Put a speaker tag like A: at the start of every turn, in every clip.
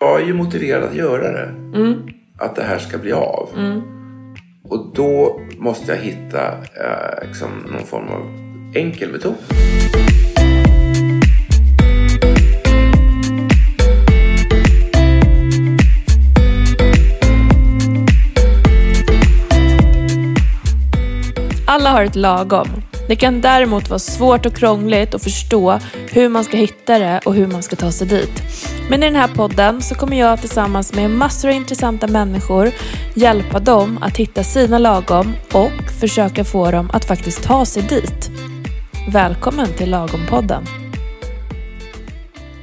A: var ju motiverad att göra det. Att det här ska bli av. Och då måste jag hitta eh, liksom någon form av enkel metod.
B: Alla har ett lagom. Det kan däremot vara svårt och krångligt att förstå hur man ska hitta det och hur man ska ta sig dit. Men i den här podden så kommer jag tillsammans med massor av intressanta människor hjälpa dem att hitta sina lagom och försöka få dem att faktiskt ta sig dit. Välkommen till Lagom-podden.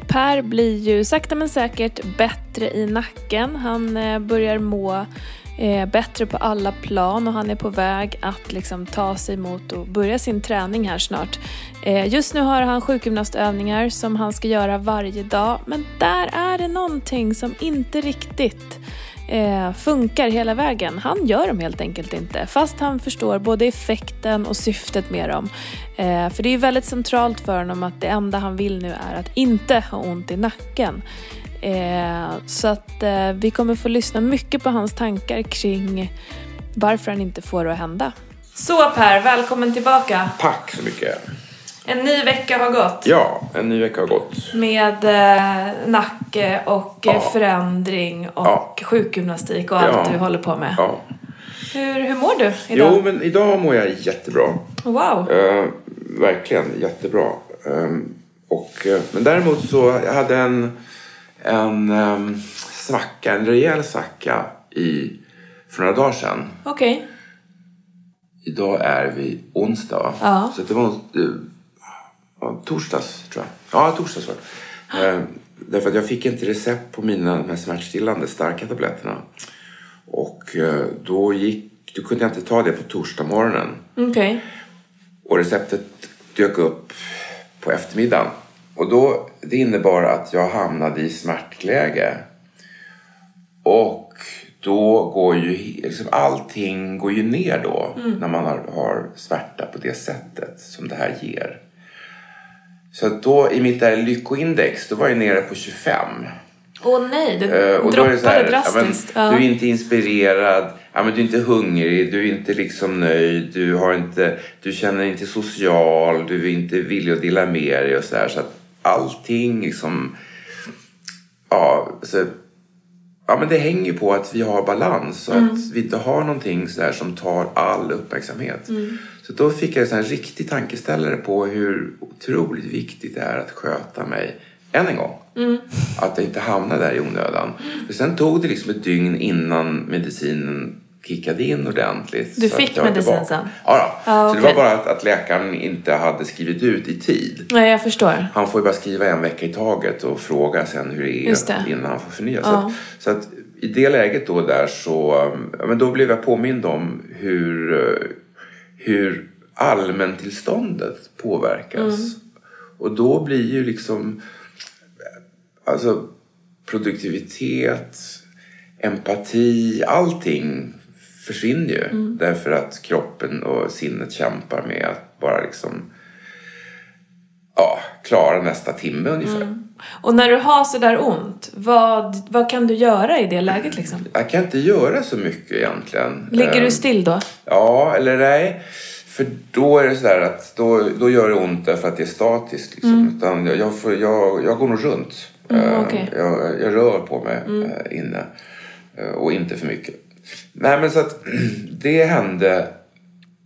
B: Per blir ju sakta men säkert bättre i nacken. Han eh, börjar må eh, bättre på alla plan och han är på väg att liksom ta sig mot och börja sin träning här snart. Eh, just nu har han sjukgymnastövningar som han ska göra varje dag men där är det någonting som inte riktigt eh, funkar hela vägen. Han gör dem helt enkelt inte fast han förstår både effekten och syftet med dem. Eh, för det är väldigt centralt för honom att det enda han vill nu är att inte ha ont i nacken. Eh, så att eh, vi kommer få lyssna mycket på hans tankar kring varför han inte får det att hända. Så Per, välkommen tillbaka.
A: Tack så mycket.
B: En ny vecka har gått
A: Ja, en ny vecka har gått.
B: med eh, nacke och eh,
A: Ja.
B: förändring och
A: Ja.
B: sjukgymnastik och allt
A: Ja.
B: du håller på med.
A: Ja.
B: Hur, hur mår du idag?
A: Jo, men idag mår jag jättebra.
B: Wow.
A: Eh, verkligen jättebra. Ehm, och, eh, men däremot så jag hade en, en um, svacka, en rejäl svacka i, för några dagar sedan.
B: Okej.
A: Idag är vi onsdag. va?
B: Ja.
A: Så det var eh, ja, torsdags, tror jag. Ja, torsdags var det. Eh, Därför att jag fick inte recept på mina de här smärtstillande starka tabletterna. Och eh, då gick, då kunde jag inte ta det på torsdag morgonen.
B: Okej.
A: Och receptet dök upp på eftermiddagen. Och då, det innebar att jag hamnade i smärtläge. Och då går ju he- liksom allting går ju ner då när man har, har smärta på det sättet som det här ger. Så att då i mitt där lyckoindex, då var jag nere på 25.
B: Åh nej, du
A: Eh, och då är
B: droppade
A: det så här, ja, men,
B: drastiskt. Ja.
A: Du är inte inspirerad, ja, men du är inte hungrig, du är inte liksom nöjd, du, har inte, du känner dig inte social, du är inte villig att dela med dig och så här. Så att allting liksom... Ja, så, ja men det hänger ju på att vi har balans och att
B: Mm.
A: vi inte har någonting så här som tar all uppmärksamhet.
B: Mm.
A: Så då fick jag en riktig tankeställare på hur otroligt viktigt det är att sköta mig än en gång.
B: Mm.
A: Att jag inte hamnar där i onödan. För sen tog det liksom ett dygn innan medicinen kickade in ordentligt.
B: Du
A: så att
B: fick
A: jag var
B: medicin
A: tillbaka.
B: sen?
A: Ja, då.
B: Ja,
A: så det var
B: okej.
A: bara att, att läkaren inte hade skrivit ut i tid.
B: Nej, jag förstår.
A: Han får ju bara skriva en vecka i taget och fråga sen hur det är
B: Just det.
A: innan han får förnya. Så,
B: Ja.
A: att, så att i det läget då där så, um, ja, men då blev jag påmind om hur, eh, hur allmäntillståndet påverkas.
B: Mm.
A: Och då blir ju liksom, alltså produktivitet, empati, allting försvinner ju.
B: Mm.
A: Därför att kroppen och sinnet kämpar med att bara liksom ja, klara nästa timme
B: Mm.
A: ungefär.
B: Och när du har sådär ont, vad, vad kan du göra i det läget liksom?
A: Jag kan inte göra så mycket egentligen.
B: Ligger
A: Eh,
B: du still då?
A: Ja, eller nej. För då är det sådär att då, då gör det ont därför att det är statiskt. Liksom. Utan jag, jag, får, jag, jag går nog runt.
B: Mm,
A: Eh,
B: okej. Mm.
A: jag, jag rör på mig eh, inne. Eh, Och inte för mycket. Nej, men så att det hände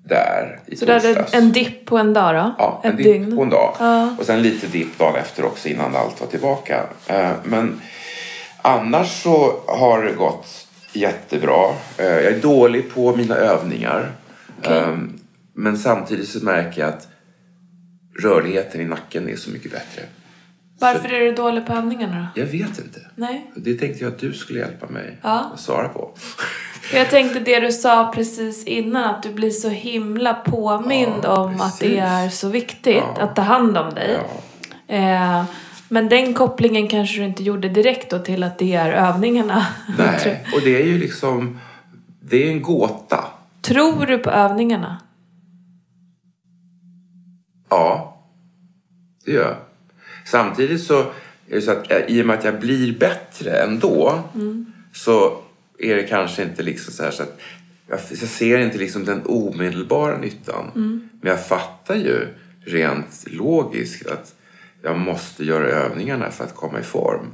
A: där i
B: Så du hade
A: torsdags.
B: en dipp på en dag då?
A: Ja, en
B: Ett
A: dipp
B: dygn?
A: på en dag.
B: Ja.
A: Och sen lite dipp dagen efter också innan allt var tillbaka. Eh, Men annars så har det gått jättebra. Eh, Jag är dålig på mina övningar.
B: Okej.
A: Eh, Men samtidigt så märker jag att rörligheten i nacken är så mycket bättre.
B: Varför är du dålig på övningarna då?
A: Jag vet inte.
B: Nej.
A: Det tänkte jag att du skulle hjälpa mig
B: Ja.
A: att svara på.
B: Jag tänkte det du sa precis innan, att du blir så himla påmind
A: Ja,
B: om att det
A: precis.
B: är så viktigt
A: Ja.
B: att ta hand om dig.
A: Ja.
B: Eh, men den kopplingen kanske du inte gjorde direkt då till att det är övningarna. Tror-
A: Nej, och det är ju liksom... Det är en gåta.
B: Tror du på övningarna?
A: Ja, det gör jag. Samtidigt så är det så att eh, i och med att jag blir bättre ändå så är det kanske inte liksom så här så att jag, jag ser inte liksom den omedelbara nyttan. Men jag fattar ju rent logiskt att jag måste göra övningarna för att komma i form.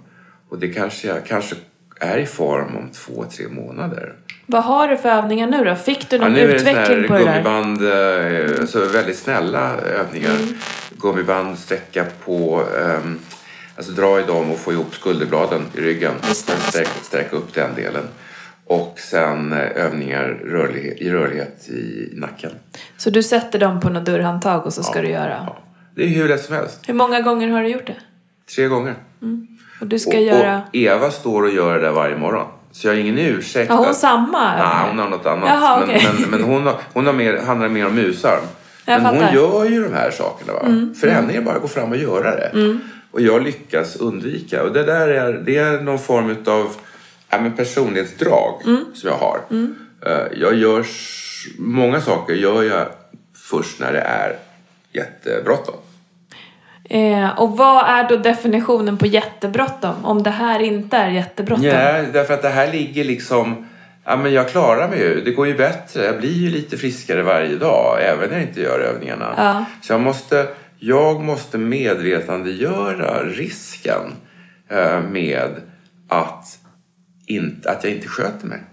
A: Och det kanske jag kanske är i form om två, tre månader.
B: Vad har du för övningar nu då? Fick du
A: Ja,
B: någon
A: nu är det sån
B: utveckling
A: här
B: på det där?
A: gummiband, eh, alltså väldigt snälla övningar.
B: Mm.
A: Gummiband, sträcka på, ehm, alltså dra i dem och få ihop skulderbladen i ryggen. Sen sträck, sträcka upp den delen. Och sen eh, övningar rörlighet, i rörlighet i nacken.
B: Så du sätter dem på något dörrhandtag och så ska du göra?
A: Ja. Det är hur lätt som helst.
B: Hur många gånger har du gjort det?
A: Tre gånger.
B: Och du ska
A: och,
B: göra...
A: och Eva står och gör det där varje morgon. Så jag har ingen ursäkt.
B: Ja, hon
A: att-
B: samma?
A: Nej, hon har något annat.
B: Jaha, okej.
A: Men, men, men hon, har, hon har mer, handlar mer om musar. Men
B: Jag fattar. Mm,
A: hon gör ju de här sakerna. Va? För henne är det bara att gå fram och göra det. Och jag lyckas undvika. Och det där är, det är någon form av ja, men personlighetsdrag
B: Mm.
A: som jag har. Eh, Jag gör s- många saker gör jag först när det är jättebråttom.
B: Eh, och vad är då definitionen på jättebråttom? Om det här inte är jättebråttom?
A: Nej, därför att det här ligger liksom... Ja, men jag klarar mig ju. Det går ju bättre. Jag blir ju lite friskare varje dag, även när jag inte gör övningarna.
B: Ja.
A: Så jag måste, jag måste medvetandegöra risken eh, med att, inte, att jag inte sköter mig.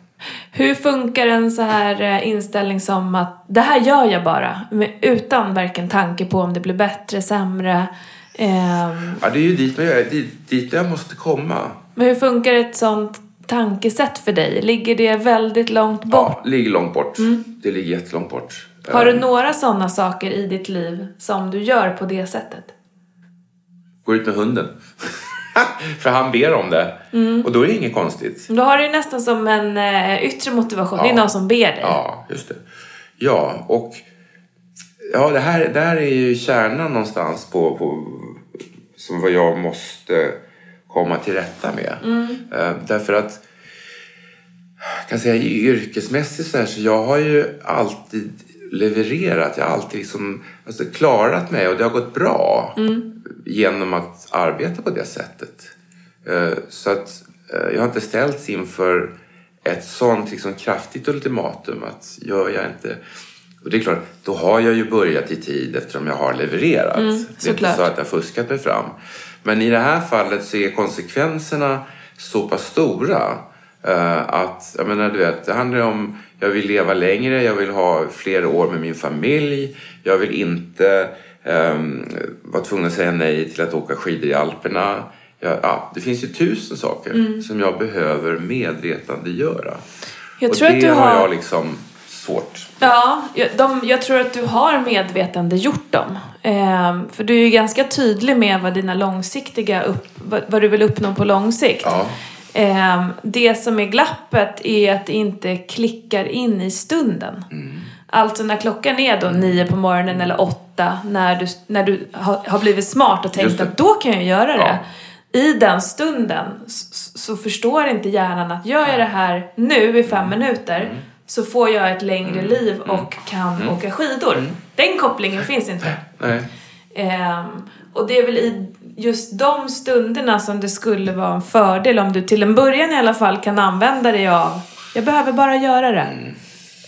B: Hur funkar en så här eh, inställning som att det här gör jag bara men utan varken tanke på om det blir bättre, sämre? ehm,
A: Ja, det är ju dit jag, dit, dit jag måste komma.
B: men hur funkar ett sånt tankesätt för dig? Ligger det väldigt långt bort? Mm.
A: Ja, det ligger långt bort. Det ligger jättelångt bort.
B: Har du några sådana saker i ditt liv som du gör på det sättet?
A: Går ut med hunden. För han ber om det.
B: Mm.
A: Och då är det inget konstigt.
B: Då har du ju nästan som en eh, yttre motivation. Det är
A: Ja.
B: någon som ber dig.
A: Ja, just det. Ja, och ja, det, här, det här är ju kärnan någonstans på, på som vad jag måste komma till rätta med. Eh, därför att jag kan säga yrkesmässigt så här, så jag har ju alltid levererat. Jag har alltid liksom, alltså, klarat mig och det har gått bra genom att arbeta på det sättet. Eh, Så att eh, jag har inte ställts inför ett sånt liksom kraftigt ultimatum att gör jag inte... Och det är klart, då har jag ju börjat i tid eftersom jag har levererat. det är inte
B: såklart.
A: så att jag har fuskat mig fram. Men i det här fallet så är konsekvenserna så pass stora eh, att, jag menar du vet, det handlar ju om jag vill leva längre, jag vill ha fler år med min familj, jag vill inte um, vara tvungen att säga nej till att åka skidor i Alperna. Ja, ja, det finns ju tusen saker
B: Mm.
A: som jag behöver medvetandegöra.
B: Jag
A: Och
B: tror
A: det
B: att du har-
A: har jag liksom svårt.
B: Ja, jag, de, jag tror att du har medvetande gjort dem. Ehm, för du är ju ganska tydlig med vad dina långsiktiga upp, vad, vad du vill uppnå på lång sikt.
A: Ja.
B: Ehm, det som är glappet är att det inte klickar in i stunden.
A: Mm.
B: Alltså när klockan är då nio på morgonen eller åtta när du, när du har, har blivit smart och
A: Just
B: tänkt
A: det.
B: att då kan jag göra det.
A: Ja.
B: I den stunden så, så förstår inte hjärnan att gör jag det här nu i fem
A: Mm.
B: minuter så får jag ett längre liv och kan
A: Mm.
B: åka skidor. Den kopplingen finns inte.
A: Nej.
B: Ehm, och det är väl i just de stunderna som det skulle vara en fördel om du till en början i alla fall kan använda dig av jag behöver bara göra det.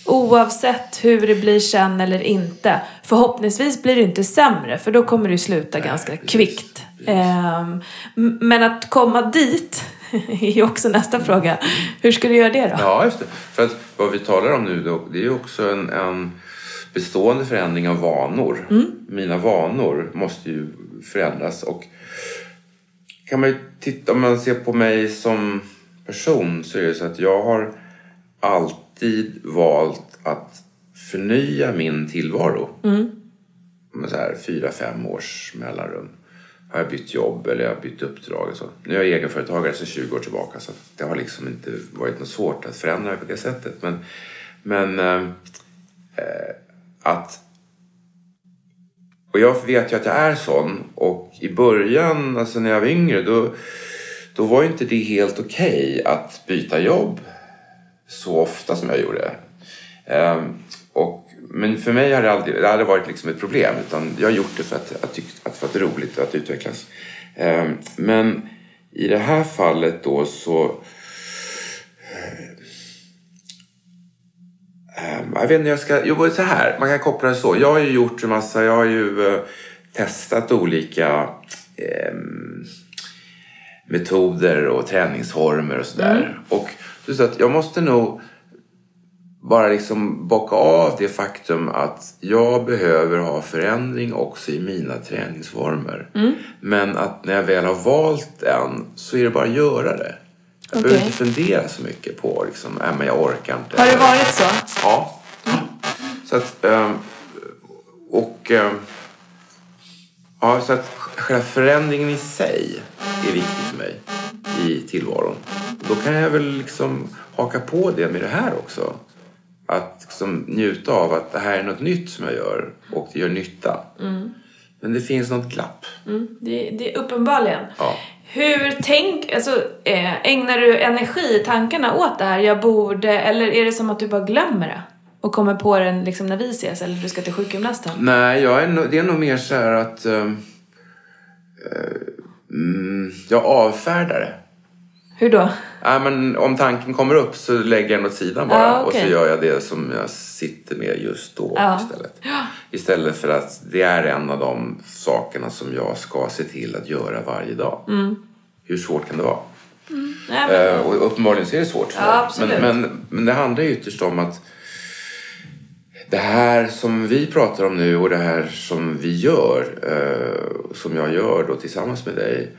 B: Oavsett hur det blir sen eller inte. Förhoppningsvis blir det inte sämre för då kommer du sluta ganska kvickt. Ehm, m- men att komma dit är ju också nästa fråga. Hur ska du göra det då?
A: Ja, just det. För att vad vi talar om nu, då, det är ju också en, en bestående förändring av vanor. Mina vanor måste ju förändras och kan man ju titta, om man ser på mig som person så är det så att jag har alltid valt att förnya min tillvaro. Med så här fyra, fem års mellanrum. Har jag bytt jobb eller jag har bytt uppdrag och så. Nu är jag egenföretagare sedan 20 år tillbaka så att det har liksom inte varit något svårt att förändra mig på det sättet. Men, men eh, eh, att och jag vet ju att jag är sån. Och i början, alltså när jag var yngre, då, då var ju inte det helt okej att byta jobb så ofta som jag gjorde. Ehm, och, men för mig har det aldrig, det har aldrig varit liksom ett problem. Utan jag har gjort det för att, att, tyck- att, för att det är roligt och att utvecklas. Ehm, men I det här fallet då så... Ehm, Jag vet inte, jag ska... Jo, så här. Man kan koppla det så. Jag har ju gjort en massa... Jag har ju eh, testat olika ehm, metoder och träningsformer och sådär.
B: Mm.
A: Och du sa att jag måste nog bara liksom bocka av det faktum att jag behöver ha förändring också i mina träningsformer.
B: Mm.
A: Men att när jag väl har valt en så är det bara att göra det. Jag behöver
B: Okej.
A: inte fundera så mycket på liksom, nej men jag orkar inte.
B: Har det varit så?
A: Ja. Så att, ehm, och, ehm, ja, så att själva förändringen i sig är viktig för mig i tillvaron. Då kan jag väl liksom haka på det med det här också. Att liksom njuta av att det här är något nytt som jag gör och det gör nytta. Men det finns något glapp.
B: Mm, det, det är uppenbarligen.
A: Ja.
B: Hur tänk, alltså, eh, ägnar du energi i tankarna åt det här, jag borde, eller är det som att du bara glömmer det? Och kommer på den liksom när vi ses eller du ska till sjukgymnasten?
A: Nej, jag är, nog- det är nog mer så här att ehm, eh, mm, jag avfärdar det.
B: Hur då?
A: Nej, men om tanken kommer upp så lägger jag den åt sidan bara
B: Ja, okej.
A: och så gör jag det som jag sitter med just då
B: Ja.
A: istället. Istället för att det är en av de sakerna som jag ska se till att göra varje dag.
B: Mm.
A: Hur svårt kan det vara?
B: Nej, men,
A: Eh, och uppenbarligen så är det svårt för
B: Ja,
A: dig.
B: absolut.
A: men, men, men det handlar ju ytterst om att det här som vi pratar om nu och det här som vi gör, eh, som jag gör då tillsammans med dig,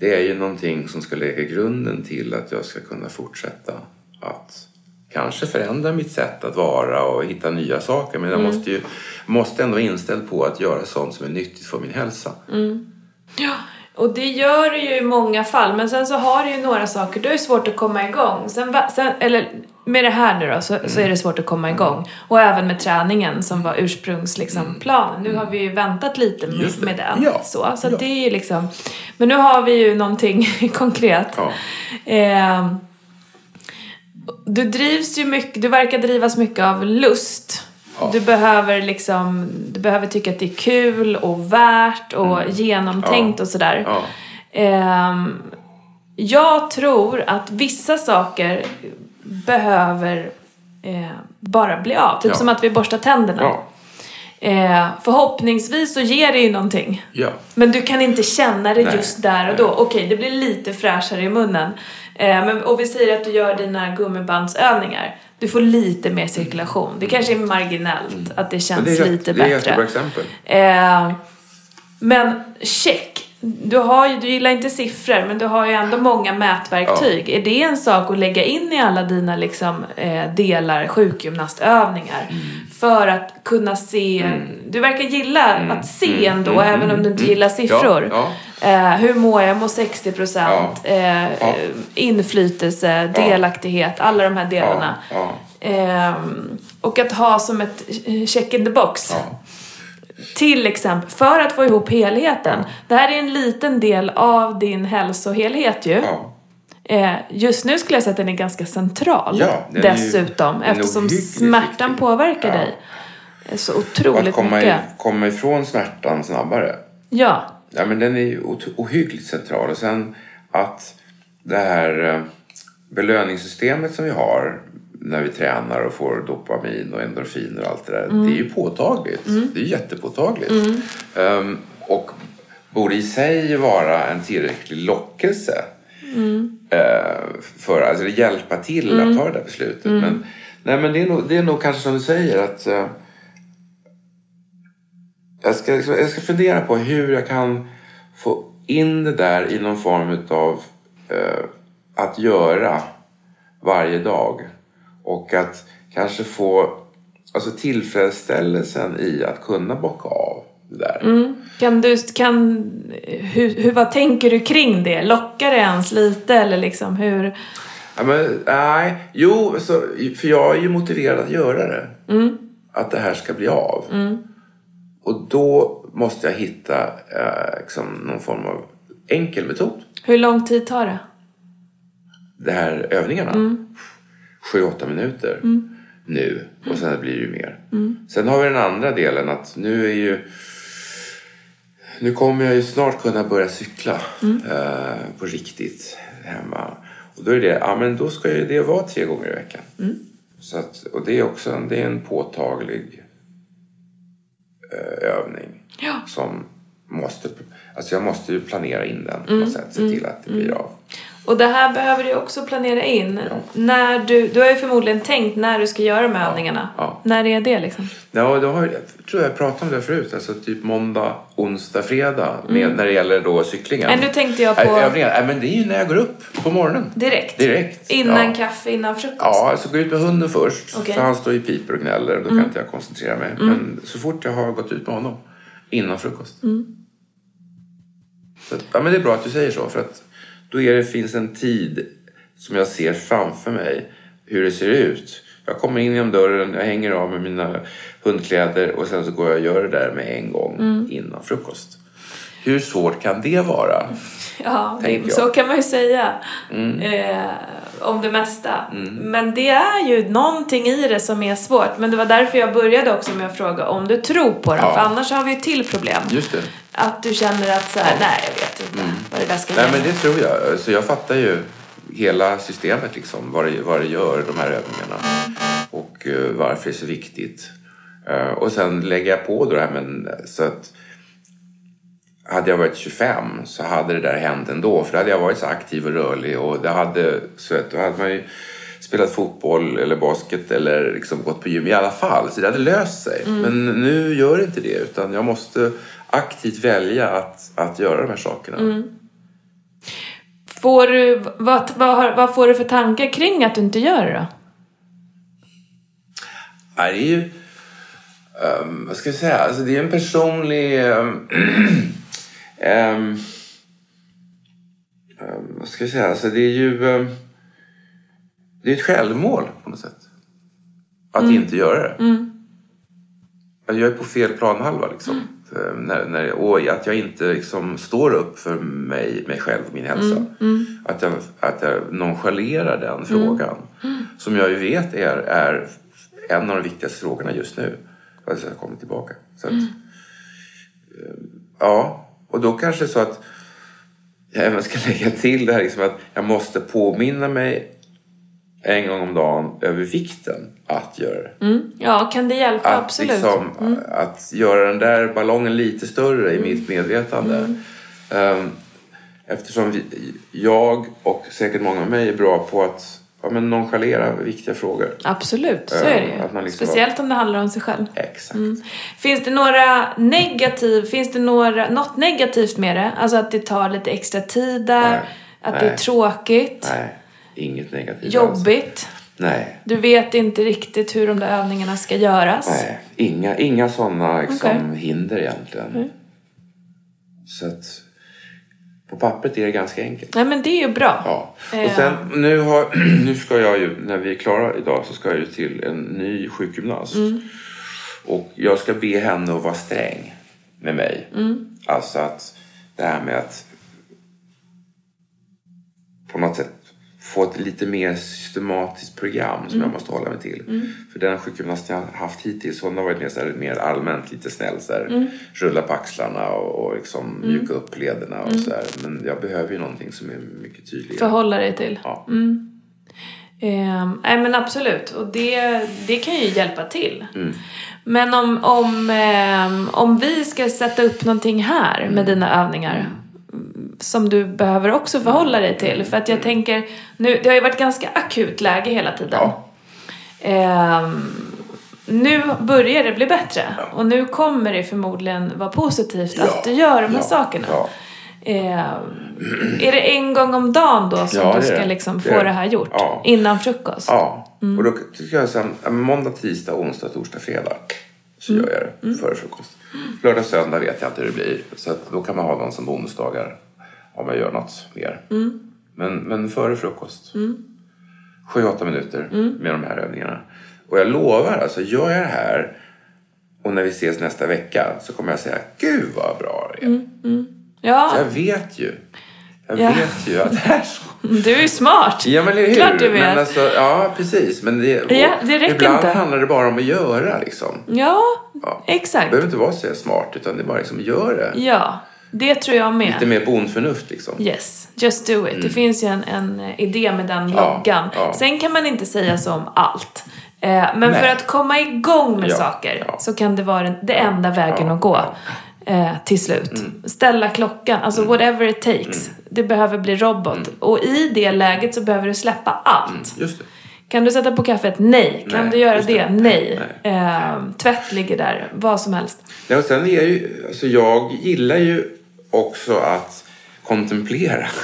A: det är ju någonting som ska lägga grunden till att jag ska kunna fortsätta att kanske förändra mitt sätt att vara och hitta nya saker. Men jag
B: Mm.
A: måste ju måste ändå vara inställd på att göra sånt som är nyttigt för min hälsa.
B: Mm. ja. Och det gör du ju i många fall, men sen så har du ju några saker, du är svårt att komma igång. Sen, va- sen, eller med det här nu då, så, så är det svårt att
A: Mm.
B: komma igång. Och även med träningen som var ursprungsplanen. Liksom, planen. nu har vi ju väntat lite med,
A: Mm. Just det.
B: med den.
A: Ja.
B: Så, så att det är ju liksom... Men nu har vi ju någonting konkret.
A: Ja.
B: Ehm, du drivs ju mycket, du verkar drivas mycket av lust.
A: Ja.
B: Du behöver liksom, du behöver tycka att det är kul och värt och genomtänkt
A: Mm. Ja.
B: och sådär.
A: Ja.
B: Ehm, jag tror att vissa saker behöver eh, bara bli av. Typ
A: Ja.
B: som att vi borstar tänderna.
A: Ja.
B: Eh, förhoppningsvis så ger det ju någonting.
A: ja.
B: Men du kan inte känna det
A: Nej.
B: just där och då. Okej, det blir lite fräschare i munnen. Eh, men, och vi säger att du gör dina gummibandsövningar. Du får lite mer cirkulation. Det kanske är marginellt att det
A: Mm. Men
B: känns
A: det är,
B: lite
A: jätte- det är ett
B: bättre.
A: jättebra exempel.
B: Eh, men check! Du, har ju, du gillar inte siffror, men du har ju ändå många mätverktyg. Är det en sak att lägga in i alla dina liksom, eh, delar, sjukgymnastövningar?
A: Mm.
B: För att kunna se... Du verkar gilla att se ändå, även om du inte gillar siffror.
A: Mm. Ja,
B: Eh, hur mår jag? Jag mår 60 procent. Eh, eh, Inflytelse, delaktighet, alla de här delarna.
A: Ja, ja.
B: Ehm, och att ha som ett eh, check in the box.
A: Ja.
B: Till exempel, för att få ihop helheten. Det här är en liten del av din hälsohelhet ju.
A: Ja.
B: Eh, just nu skulle jag säga att den är ganska central.
A: Ja, den är ju-
B: dessutom,
A: den är
B: eftersom
A: ohyggligt
B: smärtan
A: viktig.
B: påverkar
A: Ja.
B: dig eh, så
A: Och att
B: otroligt
A: komma,
B: mycket.
A: i, komma ifrån smärtan snabbare.
B: Ja,
A: Ja, men den är ju ot- ohyggligt central. Och sen att det här eh, belöningssystemet som vi har när vi tränar och får dopamin och endorfiner och allt det där. Det är
B: Mm.
A: ju påtagligt. Det är jättepåtagligt. Ehm, och borde i sig vara en tillräcklig lockelse
B: Mm.
A: eh, för att alltså, hjälpa till att ta det där beslutet.
B: Mm.
A: Men, nej, men det, är nog, det är nog kanske som du säger att eh, jag ska, liksom, jag ska fundera på hur jag kan få in det där i någon form av att göra varje dag. Och att kanske få alltså tillfredsställelsen i att kunna bocka av det där.
B: Mm. kan du, kan, hur, hur, vad tänker du kring det? Lockar det ens lite eller liksom hur?
A: Ja, men, nej, jo, så, för jag är ju motiverad att göra det. Att det här ska bli av. Och då måste jag hitta eh, liksom någon form av enkel metod.
B: Hur lång tid tar det?
A: de här övningarna. sju åtta minuter nu och sen blir det ju mer. Sen har vi den andra delen att nu är ju Nu kommer jag ju snart kunna börja cykla eh, på riktigt hemma. Och då är det, ja men då ska ju det vara tre gånger i veckan. Så att, och det är också en, det är en påtaglig eh, övning. Som måste, alltså jag måste ju planera in den på något sätt. Se till att det blir av.
B: Och det här behöver du också planera in. När du, du har ju förmodligen tänkt när du ska göra de här övningarna.
A: ja.
B: När är det liksom?
A: Ja, då har, jag tror jag pratade om det förut. Alltså typ måndag, onsdag, fredag med, när det gäller då cyklingen.
B: Men Mm. nu tänkte jag
A: Nej,
B: på-
A: Övningar. Nej, men det är ju när jag går upp på morgonen.
B: Direkt?
A: Direkt,
B: Innan
A: ja.
B: kaffe, innan frukost?
A: Ja, alltså gå ut med hunden först.
B: Okej.
A: För han står i piper och gnäller. Då kan inte jag koncentrera mig. Men så fort jag har gått ut med honom innan frukost. Så, att- ja, men det är bra att du säger så. För att då är det, finns en tid som jag ser framför mig hur det ser ut. Jag kommer in genom dörren, jag hänger av med mina hundkläder och sen så går jag och gör det där med en gång innan frukost. Hur svårt kan det vara?
B: Ja, det,
A: tänker jag. Mm.
B: så kan man ju säga eh, om det mesta. Men det är ju någonting i det som är svårt. Men det var därför jag började också med att fråga om du tror på det.
A: Ja.
B: För annars har vi ju ett till problem.
A: Just det.
B: Att du känner att så här, nej jag vet inte vad det där ska
A: Mm. Nej,
B: ge
A: men
B: mig."
A: det tror jag. Så jag fattar ju hela systemet, liksom, vad, det, vad det gör, de här övningarna. Och eh, varför det är så viktigt. Eh, och sen lägger jag på då det här men, så att hade jag varit 25 så hade det där hänt ändå. För då hade jag varit så aktiv och rörlig och det hade, så att, då hade man ju spelat fotboll eller basket eller liksom gått på gym i alla fall. Så det hade löst sig. Men nu gör det inte det utan jag måste aktivt välja att, att göra de här sakerna.
B: Får du, vad, vad, har- vad får du för tankar kring att du inte gör det då?
A: Ja, det är ju... ehm, vad ska jag säga? Alltså, det är en personlig... ehm, ehm, ehm, vad ska jag säga? Alltså, det är ju... ehm, det är ett självmål på något sätt. Att inte göra det. Jag är på fel planhalva liksom. För När, när, och att jag inte liksom står upp för mig, mig själv och min hälsa. Att, jag, att jag nonchalerar den frågan. Som jag ju vet är, är en av de viktigaste frågorna just nu. Alltså jag kommer tillbaka. Så att, eh, Ja, och då kanske det är så att jag även ska lägga till det här liksom att jag måste påminna mig en gång om dagen över vikten att göra det
B: Mm. Ja, kan det hjälpa?
A: att,
B: Absolut. Mm.
A: Liksom, att göra den där ballongen lite större i mitt medvetande.
B: Mm.
A: Ehm, eftersom vi, jag och säkert många med mig är bra på att ja, men nonchalera viktiga frågor.
B: Absolut, så
A: Eh,
B: är det ju.
A: att man liksom-
B: Speciellt om det handlar om sig själv.
A: Exakt.
B: Mm. Finns det några negativ, finns det några, något negativt med det? Alltså att det tar lite extra tid där,
A: Nej.
B: att det är
A: Nej.
B: tråkigt,
A: Nej, inget negativt alls.
B: jobbigt.
A: Nej,
B: Du vet inte riktigt hur de där övningarna ska göras.
A: nej. Inga, inga sådana liksom,
B: Okej. Mm.
A: hinder egentligen. Så att på pappret är det ganska enkelt.
B: Nej, men det är ju bra.
A: Ja.
B: Eh.
A: Och sen nu, har, nu ska jag ju, när vi är klara idag så ska jag ju till en ny sjukgymnast. Och jag ska be henne att vara sträng med mig. Alltså att det här med att på något sätt få ett lite mer systematiskt program som jag måste hålla mig till. För den sjukgymnast jag har haft hittills hon har varit mer, så här, mer allmänt lite snäll så här, rulla på axlarna och, och liksom mjuka upp lederna och så här. Men jag behöver ju någonting som är mycket tydligare.
B: Förhålla dig till.
A: Ja.
B: Ehm, nej men absolut, och det, det kan ju hjälpa till.
A: Mm.
B: Men om, om, ehm, om vi ska sätta upp någonting här med dina övningar mm, som du behöver också förhålla dig till. För
A: Mm.
B: att jag tänker, nu, det har ju varit ganska akut läge hela tiden.
A: Ja.
B: Ehm, nu börjar det bli bättre och nu kommer det förmodligen vara positivt att
A: Ja.
B: du gör de här
A: Ja.
B: sakerna.
A: Ja.
B: Ehm, är det en gång om dagen då som
A: Ja,
B: du
A: det är
B: ska
A: det.
B: liksom
A: Det
B: få
A: är
B: det.
A: det.
B: här gjort?
A: Ja.
B: Innan frukost?
A: Ja,
B: Mm.
A: och då tycker jag sen ja, men måndag, tisdag, onsdag, torsdag, fredag så
B: Mm.
A: gör jag det före frukost. Lördag, söndag vet jag inte hur det blir så att då kan man ha dem som bonusdagar om jag gör något mer.
B: Mm.
A: Men, men före frukost. sju åtta minuter
B: Mm.
A: med de här övningarna. Och jag lovar, alltså gör jag det här och när vi ses nästa vecka så kommer jag säga Gud vad bra det är.
B: Ja,
A: Jag vet ju. Jag
B: Mm. Ja.
A: vet ju att det är så.
B: Du är ju smart!
A: Ja, men eller hur?
B: Klart du vet.
A: Men alltså, ja, precis. Men det, och
B: Ja, det räcker
A: ibland
B: inte.
A: handlar det bara om att göra. Liksom.
B: Ja,
A: Ja. Det
B: exakt.
A: behöver inte vara så smart, utan det är bara liksom, gör det.
B: Ja, det tror jag med.
A: Lite mer bondförnuft. Liksom.
B: Yes, just do it. Det finns ju en, en eh, idé med den
A: Mm. Ja,
B: loggan.
A: ja.
B: Sen kan man inte säga så om allt. Eh, men
A: Nej.
B: för att komma igång med
A: Ja,
B: saker
A: ja.
B: så kan det vara den, det enda vägen
A: ja, Mm.
B: att gå. Eh, till slut. Ställa klockan, alltså whatever it takes. Det behöver bli robot.
A: Mm.
B: Och i det läget så behöver du släppa allt.
A: Just det.
B: Kan du sätta på kaffet? Nej. Kan
A: Mm. Nej,
B: du göra
A: just
B: det?
A: det.
B: Nej. Eh, tvätt ligger där, vad som helst.
A: Ja, och sen är ju, alltså jag gillar ju också att kontemplera.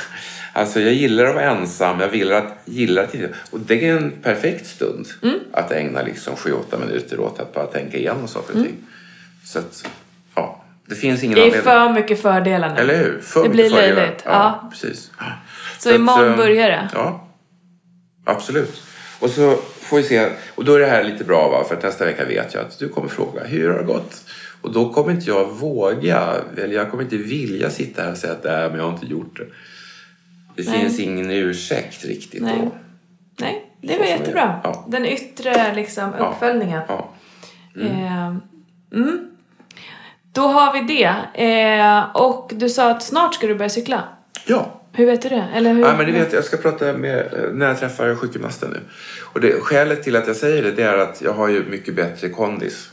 A: Alltså jag gillar att vara ensam, jag gillar att, gillar att Och det är en perfekt stund
B: Mm.
A: att ägna liksom 7-8 minuter åt att bara tänka igenom saker och ting. Så att, ja, det finns ingen
B: Mm. Det är
A: anledning.
B: för mycket fördelar nu.
A: Eller hur? För
B: Det
A: mycket
B: blir
A: fördelar.
B: löjligt, ja.
A: precis.
B: Så
A: att,
B: imorgon
A: ehm,
B: börjar det.
A: Ja, absolut. Och så får vi se. Och då är det här lite bra va, för att nästa vecka vet jag att du kommer fråga hur har det gått? Och då kommer inte jag våga, eller jag kommer inte vilja sitta här och säga att nej, men jag har inte gjort det. Det
B: Nej.
A: finns ingen ursäkt riktigt
B: Nej.
A: då.
B: Nej, det
A: Så
B: var
A: som
B: jättebra.
A: det är. Ja.
B: Den yttre liksom, uppföljningen.
A: Ja.
B: Eh, mm. Då har vi det. Eh, och du sa att snart ska du börja cykla.
A: ja.
B: Hur vet du det? Eller hur?
A: Ja, men det vet jag. jag ska prata med eh, när jag träffar sjukgymnasten nu. Och det, skälet till att jag säger det, det är att jag har ju mycket bättre kondis.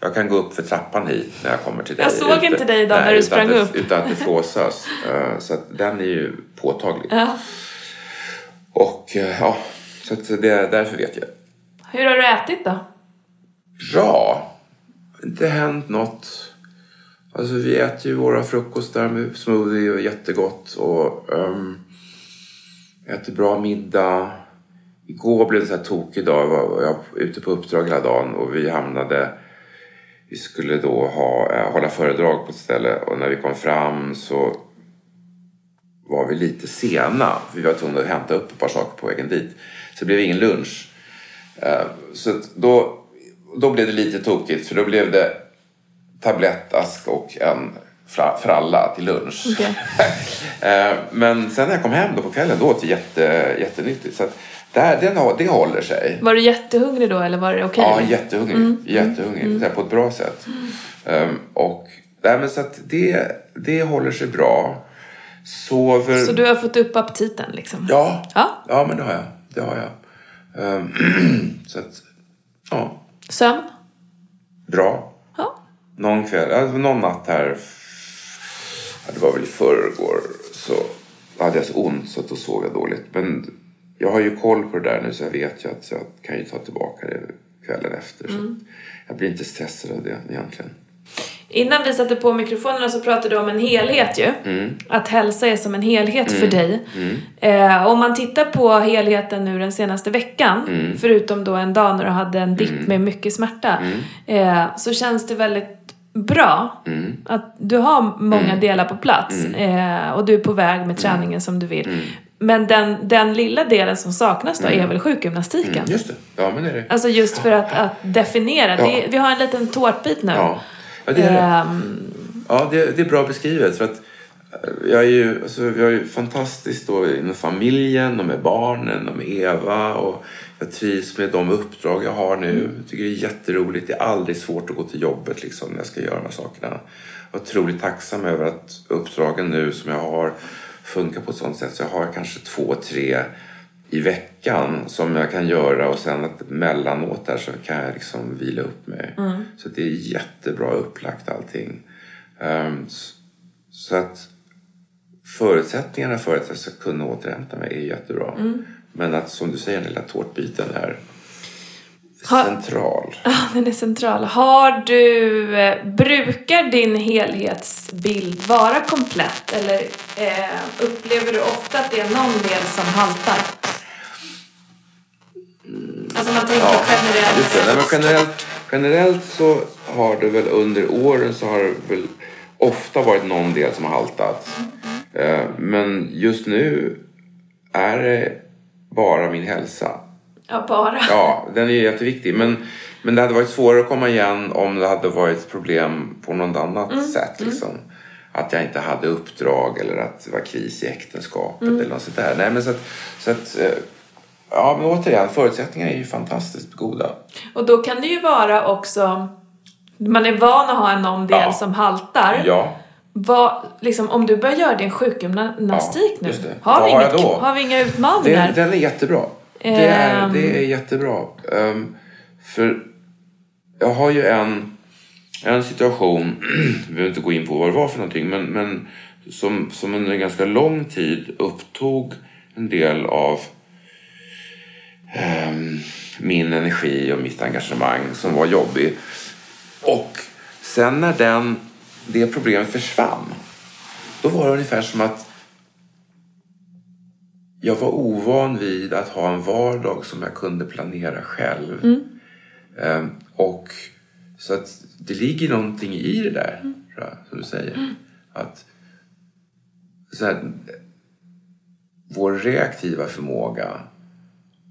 A: Jag kan gå upp för trappan hit när jag kommer till dig.
B: Jag såg
A: Ute-
B: inte dig idag när du
A: utan
B: sprang
A: att det,
B: upp.
A: Utan att det flåsas. Eh, Så att den är ju påtaglig.
B: Ja.
A: Och eh, ja, så att det, därför vet jag.
B: Hur har du ätit då?
A: Bra! Inte hänt något. Alltså vi äter ju våra frukostar med smoothie och jättegott och um, äter bra middag. Igår blev det en sån här tokig dag. Jag var, jag var ute på uppdrag hela dagen och vi hamnade... Vi skulle då ha, eh, hålla föredrag på ett ställe och när vi kom fram så var vi lite sena. Vi var tvungna att hämta upp ett par saker på vägen dit. Så det blev ingen lunch. Eh, Så att då, då blev det lite tokigt för då blev det tablettask och en fra- fralla till lunch.
B: Okej.
A: Eh, Men sen när jag kom hem då på kvällen då åt jag jätte, jättenyttigt. Så att där, den, har- det håller sig.
B: Var du jättehungrig då eller var det okej?
A: Ja, jättehungrig.
B: Mm.
A: jättehungrig. Så här, på ett bra sätt. Ehm, och, nej, men så att det, det håller sig bra. Sover...
B: Så du har fått upp aptiten liksom?
A: Ja.
B: Ja.
A: ja, men det har jag. Det har jag. Ehm, så att, ja.
B: Sömn?
A: Bra.
B: Ja.
A: Någon kväll, alltså någon natt här, f- ja, det var väl i förrgår, så hade jag så ont så att då sov jag dåligt. Men jag har ju koll på det där nu så jag vet ju att jag kan ju ta tillbaka det kvällen efter.
B: Mm.
A: Så att jag blir inte stressad av det egentligen.
B: Innan vi satte på mikrofonerna så pratade du om en helhet ju.
A: Mm.
B: Att hälsa är som en helhet för dig. Eh, om man tittar på helheten nu den senaste veckan,
A: Mm.
B: förutom då en dag när du hade en dipp med mycket smärta, eh, så känns det väldigt bra
A: Mm.
B: att du har många delar på plats eh, och du är på väg
A: Mm.
B: med träningen som du vill. Men den, den lilla delen som saknas
A: Mm.
B: då är väl sjukgymnastiken?
A: Just det. Ja, men det är det.
B: Alltså just för att, att definiera.
A: Mm. Ja.
B: Det, vi har en liten tårtbit nu.
A: Ja, ja det är det.
B: Ehm,
A: Ja, det, det är bra beskrivet. För att eh, jag är ju, alltså, vi har ju fantastiskt då inom familjen och med barnen och med Eva. Och jag trivs med de uppdrag jag har nu. Jag tycker det är jätteroligt. Det är aldrig svårt att gå till jobbet liksom, när jag ska göra de här sakerna. Jag är otroligt tacksam över att uppdragen nu som jag har funkar på ett sånt sätt så jag har kanske två, tre i veckan som jag kan göra och sen att mellanåt där så kan jag liksom vila upp mig. Så det är jättebra upplagt allting. Ehm, s- så att förutsättningarna för att jag ska kunna återhämta mig är jättebra.
B: Mm.
A: Men att som du säger, den lilla tårtbiten är
B: Ha-
A: central.
B: Ja, den är central. Har du, eh, brukar din helhetsbild vara komplett eller eh, upplever du ofta att det är någon del som haltar? Alltså man tänker
A: Ja,
B: generellt.
A: just det. Nej, men generellt, generellt så har det väl under åren så har det väl ofta varit någon del som har haltat.
B: Mm-hmm.
A: Eh, Men just nu är det bara min hälsa.
B: Ja, bara.
A: Ja, den är ju jätteviktig. Men, men det hade varit svårare att komma igen om det hade varit problem på något annat sätt. Liksom. att jag inte hade uppdrag eller att det var kris i äktenskapet eller något sånt där. Nej, men så att, så att, eh, ja, men återigen, förutsättningarna är ju fantastiskt goda.
B: Och då kan det ju vara också, man är van att ha en någon del
A: Ja.
B: som haltar.
A: Ja,
B: Vad, liksom, om du börjar göra din sjukgymnastik
A: Ja, just
B: nu,
A: det.
B: har
A: Vad
B: vi,
A: har
B: inget,
A: jag då?
B: har vi inga utmaningar?
A: det, den är jättebra. Det är,
B: Ehm.
A: det är jättebra. Ehm, för jag har ju en, en situation, vi behöver inte gå in på vad det var för någonting, men, men som, som under en ganska lång tid upptog en del av ehm, min energi och mitt engagemang som var jobbig. Och sen när den, det problemet försvann, då var det ungefär som att jag var ovan vid att ha en vardag som jag kunde planera själv. Ehm, och så att det ligger någonting i det där, tror jag, som du säger. Att så här, vår reaktiva förmåga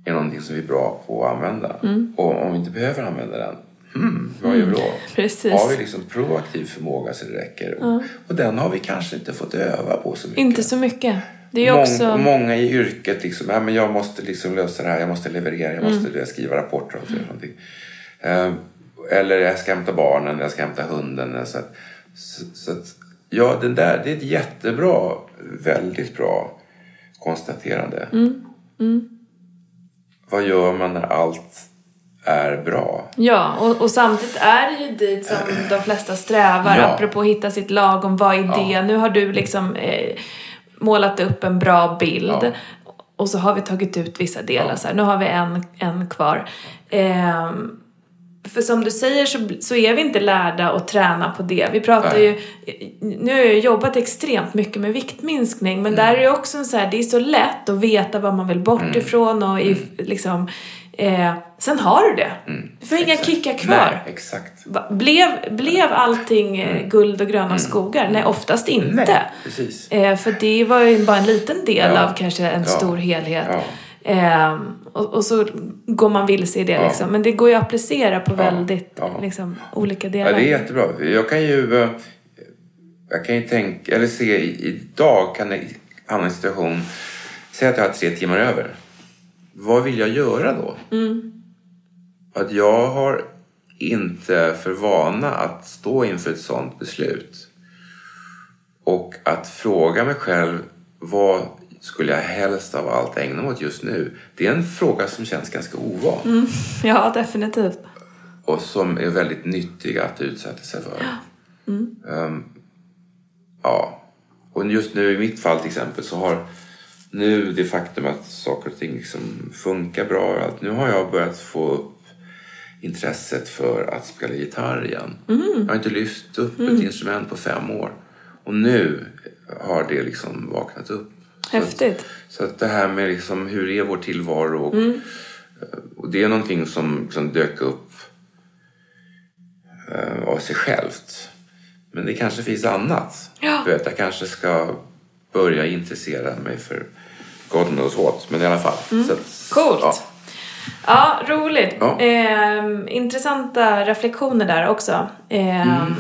A: är någonting som vi är bra på att använda. Och om vi inte behöver använda den, hmm, vad gör vi då?
B: Precis.
A: Har vi liksom proaktiv förmåga så det räcker? Och, och den har vi kanske inte fått öva på så mycket.
B: Inte så mycket. Det är ju
A: Mång,
B: också...
A: Många i yrket liksom, "Nej, men jag måste liksom lösa det här, jag måste leverera,
B: Mm.
A: jag måste du vet, skriva rapporter och mm. någonting. Eh, eller jag ska hämta barnen, jag ska hämta hunden. eh, Så att, så, så att, ja, den där, det är ett jättebra, väldigt bra konstaterande.
B: Mm,
A: Vad gör man när allt är bra?
B: Ja, och, och samtidigt är det ju dit som de flesta strävar.
A: Ja.
B: Apropå att hitta sitt lagom, vad är det? Nu har du liksom eh, målat upp en bra bild.
A: Ja.
B: Och så har vi tagit ut vissa delar så här. Nu har vi en, en kvar. Ehm, för som du säger så, så är vi inte lärda att träna på det. Vi pratar
A: Nej.
B: ju... Nu har jag jobbat extremt mycket med viktminskning men där är det också en så här, det är så lätt att veta vad man vill bort
A: Mm.
B: ifrån och i, liksom... Eh, sen har du det. Du får inga kickar
A: Mm. Nej,
B: kvar.
A: exakt.
B: Va- Blev, blev allting eh, guld och gröna skogar? Nej, oftast inte.
A: Mm. Nej, precis.
B: Eh, för det var ju bara en liten del
A: Ja.
B: av kanske en
A: Ja.
B: stor helhet.
A: Ja.
B: Ehm, och, och så går man vilse i det liksom. Men det går ju att applicera på väldigt
A: Ja.
B: Liksom, olika
A: Ja,
B: delar.
A: det är jättebra. Jag kan ju, eh, jag kan ju tänka, eller se i- idag kan jag hamna i en situation, säg att jag har tre timmar över. Vad vill jag göra då? Att jag har inte för vana att stå inför ett sådant beslut. Och att fråga mig själv vad skulle jag helst av allt ägna mig åt just nu? Det är en fråga som känns ganska ovan
B: ja, definitivt.
A: och som är väldigt nyttiga att utsätta sig för. Ehm, ja. Och just nu i mitt fall till exempel så har nu det faktum att saker och ting liksom funkar bra och allt. Nu har jag börjat få upp intresset för att spela gitarr igen. Jag har inte lyft upp ett instrument på fem år. Och nu har det liksom vaknat upp. Så att-
B: Häftigt.
A: så att det här med liksom, hur är vår tillvaro? Och,
B: Mm.
A: eh, och det är någonting som, som dök upp eh, av sig självt. Men det kanske finns annat.
B: Ja.
A: Du vet, jag kanske ska börja intressera mig för God knows what, men i alla fall. Så att,
B: Mm. Coolt. Ja.
A: Ja.
B: roligt.
A: Ja.
B: Ehm, intressanta reflektioner där också. Ehm,
A: Mm.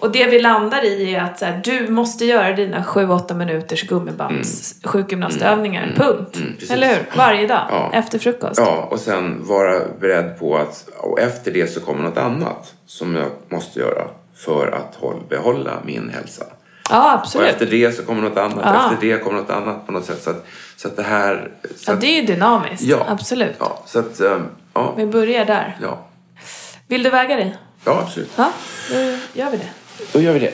B: Och det vi landar i är att så här, du måste göra dina 7-8 minuters gummibands sjukgymnastövningar. Punkt.
A: Mm. precis.
B: Eller hur? Varje dag.
A: Ja.
B: Efter frukost.
A: Ja, och sen vara beredd på att och efter det så kommer något annat som jag måste göra för att håll, behålla min hälsa.
B: Ja,
A: Och
B: absolut.
A: efter det så kommer något annat,
B: Ja.
A: efter det kommer något annat på något sätt. Så att, så att det här... Så
B: Ja,
A: att,
B: det är ju dynamiskt.
A: ja.
B: Absolut.
A: Ja, så att, ehm, ja,
B: Vi börjar där.
A: ja,
B: Vill du väga dig?
A: ja, absolut.
B: Ja, då gör vi det.
A: Då gör vi det.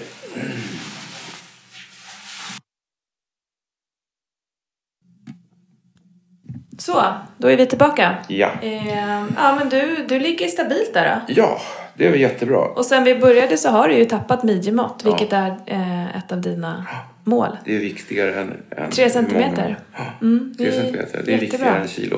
B: Så, då är vi tillbaka.
A: Ja,
B: Ehm, ja, men du, du ligger stabilt där då.
A: ja det är väl jättebra.
B: Och sen vi började så har du ju tappat midjemått, vilket är eh, ett av dina mål.
A: Det är viktigare än... än
B: Tre centimeter. Mm,
A: Många.
B: det
A: Tre
B: är
A: centimeter, det är
B: jättebra.
A: viktigare än kilo.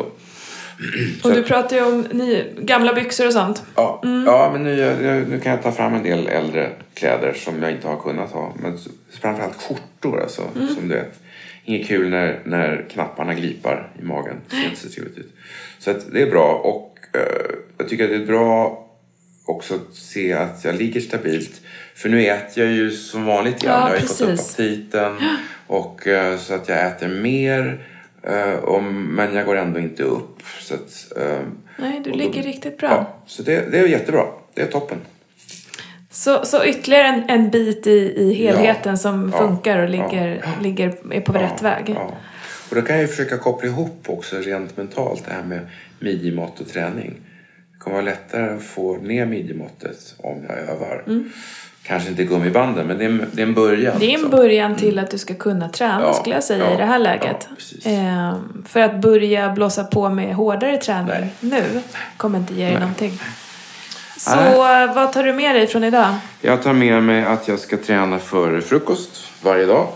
B: Och du pratar ju om ny, gamla byxor och sånt.
A: Ja,
B: Mm.
A: ja men nu, nu, nu kan jag ta fram en del äldre kläder som jag inte har kunnat ha. Men s- framförallt skjortor alltså,
B: Mm.
A: som du vet. Inget kul när, när knapparna glipar i magen. Det ser inte så trevligt ut. Så att det är bra och eh, jag tycker att det är ett bra också se att jag ligger stabilt. För nu äter jag ju som vanligt igen.
B: Ja,
A: jag har ju fått upp
B: precis.
A: aptiten. Och, eh, så att jag äter mer. eh, och- Men jag går ändå inte upp. Så att, ehm,
B: Nej, du
A: och då-
B: ligger riktigt bra.
A: Ja, så det, det är jättebra. Det är toppen.
B: Så, så ytterligare en, en bit i, i helheten som
A: Ja.
B: funkar och
A: Ja.
B: ligger, ligger, är på rätt väg.
A: Ja. Och då kan jag ju försöka koppla ihop också rent mentalt det här med midjemått och träning. Det kommer vara lättare att få ner midjemåttet om jag övar. Kanske inte gummibanden, men det är en, det är en början.
B: Mm. Det är en
A: liksom.
B: början till att du ska kunna träna
A: Ja,
B: skulle jag säga
A: ja,
B: i det här läget.
A: ja, precis.
B: Ehm, för att börja blåsa på med hårdare träning
A: Nej.
B: nu kommer inte ge dig någonting. Så eh,
A: Nej.
B: vad tar du med dig från idag?
A: Jag tar med mig att jag ska träna före frukost varje dag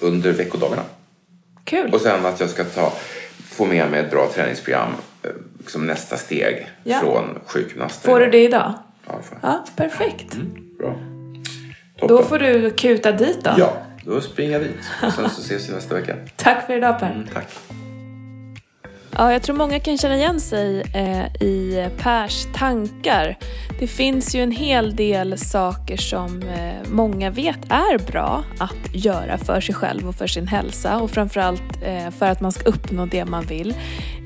A: under veckodagarna.
B: Kul!
A: Och sen att jag ska ta, få med mig ett bra träningsprogram eh, som nästa steg
B: Ja.
A: från sjukgymnasten.
B: Får du det idag?
A: Ja, det får jag.
B: Ja, perfekt.
A: Bra. Toppen.
B: Då får du kuta dit då.
A: Ja, då springer jag dit. Och sen så ses vi nästa vecka.
B: Tack för idag Per.
A: Mm, tack.
B: Ja, jag tror många kan känna igen sig eh, i Pers tankar. Det finns ju en hel del saker som eh, många vet är bra att göra för sig själv och för sin hälsa och framförallt eh, för att man ska uppnå det man vill.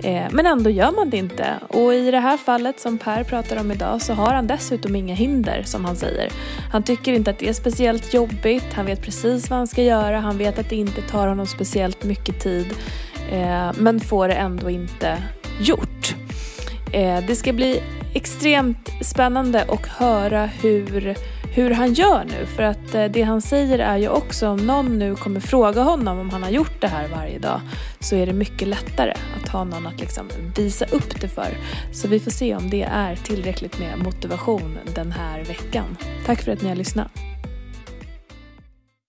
B: Eh, men ändå gör man det inte. Och i det här fallet som Per pratar om idag så har han dessutom inga hinder som han säger. Han tycker inte att det är speciellt jobbigt, han vet precis vad han ska göra, han vet att det inte tar honom speciellt mycket tid. Eh, men får det ändå inte gjort. Eh, Det ska bli extremt spännande att höra hur, hur han gör nu. För att eh, det han säger är ju också om någon nu kommer fråga honom om han har gjort det här varje dag så är det mycket lättare att ha någon att liksom visa upp det för. Så vi får se om det är tillräckligt med motivation den här veckan. Tack för att ni har lyssnat.